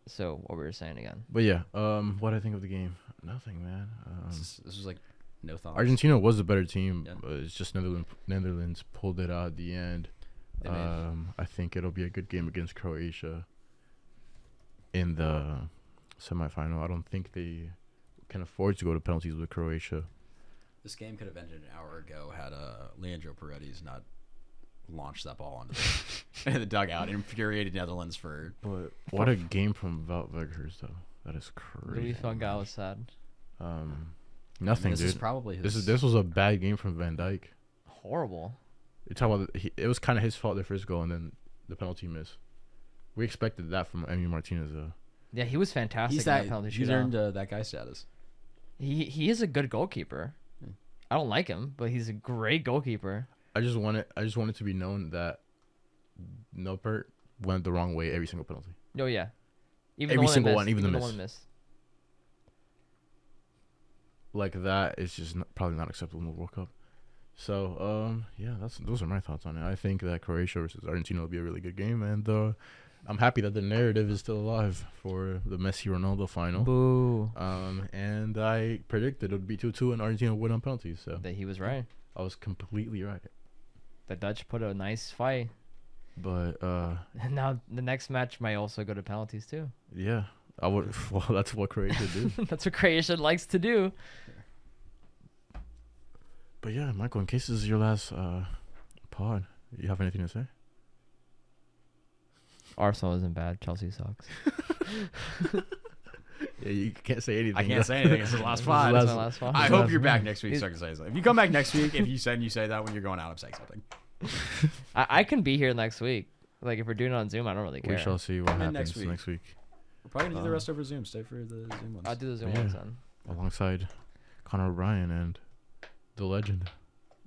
Speaker 2: So what we were saying again?
Speaker 1: But yeah, um, what I think of the game? Nothing, man. Um,
Speaker 4: This is, this is like no thought.
Speaker 1: Argentina was the better team.
Speaker 4: Yeah.
Speaker 1: but It's just Netherlands. Netherlands pulled it out at the end.
Speaker 4: They made-
Speaker 1: Um, I I think it'll be a good game against Croatia in the semifinal. I don't think they can afford to go to penalties with Croatia.
Speaker 8: This game could have ended an hour ago had uh, Leandro Paredes not launched that ball onto the, the dugout and infuriated Netherlands for.
Speaker 1: But what a game from Veghurst though. That is
Speaker 2: Louis
Speaker 1: crazy.
Speaker 2: Van Gaal was sad.
Speaker 1: Um, nothing,
Speaker 8: this
Speaker 1: dude.
Speaker 8: is probably his,
Speaker 1: this is this was a bad game from Van Dyke.
Speaker 2: Horrible.
Speaker 1: You talk about he, it was kind of his fault the first goal and then the penalty miss. We expected that from Emmy Martinez though.
Speaker 2: Yeah, he was fantastic.
Speaker 8: He's
Speaker 2: in that,
Speaker 8: that.
Speaker 2: penalty
Speaker 8: he's
Speaker 2: shootout.
Speaker 8: earned uh, that guy status.
Speaker 2: He he is a good goalkeeper.
Speaker 4: Hmm.
Speaker 2: I don't like him, but he's a great goalkeeper.
Speaker 1: I just want it. I just want it to be known that Nopert went the wrong way every single penalty.
Speaker 2: Oh yeah, even
Speaker 1: Every
Speaker 2: that
Speaker 1: single
Speaker 2: missed,
Speaker 1: one, even the
Speaker 2: one
Speaker 1: miss.
Speaker 2: missed.
Speaker 1: Like that is just not, probably not acceptable in the World Cup. So um, yeah, that's those are my thoughts on it. I think that Croatia versus Argentina will be a really good game, and uh, I'm happy that the narrative is still alive for the Messi Ronaldo final.
Speaker 2: Boo!
Speaker 1: Um, and I predicted it would be 2 2 and Argentina would win on penalties. So
Speaker 2: That he was right.
Speaker 1: I was completely right.
Speaker 2: The Dutch put a nice fight,
Speaker 1: But uh,
Speaker 2: and now the next match might also go to penalties too.
Speaker 1: yeah, I would. Well, that's what Croatia did.
Speaker 2: That's what Croatia likes to do.
Speaker 1: but yeah, Michael, in case this is your last uh, pod, you have anything to say?
Speaker 2: Arsenal isn't bad. Chelsea sucks.
Speaker 1: Yeah, you can't say anything.
Speaker 4: I can't say anything. It's his last five.
Speaker 2: That's my last thought.
Speaker 4: I
Speaker 1: His
Speaker 4: hope
Speaker 1: last
Speaker 4: you're back
Speaker 1: one.
Speaker 4: next week
Speaker 2: He's-
Speaker 4: so I can say something. If you come back next week, if you said you say that when you're going out, I'm saying something.
Speaker 2: I, I can be here next week. Like if we're doing it on Zoom, I don't really care.
Speaker 1: We shall see what
Speaker 4: Come
Speaker 1: happens
Speaker 4: in
Speaker 1: next
Speaker 4: next
Speaker 1: week.
Speaker 4: week. We're probably gonna do the rest over Zoom. Stay for the Zoom ones.
Speaker 2: I'll do the Zoom
Speaker 1: Yeah.
Speaker 2: ones then.
Speaker 1: alongside Connor O'Brien and the legend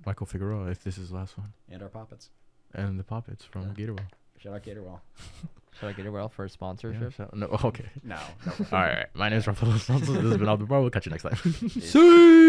Speaker 1: Michael Figueroa. If this is the last one,
Speaker 4: and our poppets.
Speaker 1: and the puppets from Gatorwell.
Speaker 4: Shout out Gatorwell.
Speaker 2: Should I get a well for a sponsorship?
Speaker 1: Yeah, so- no, okay.
Speaker 4: No, no
Speaker 1: All right. My name is Rafael Santos. This has been off the bar. We'll catch you next time.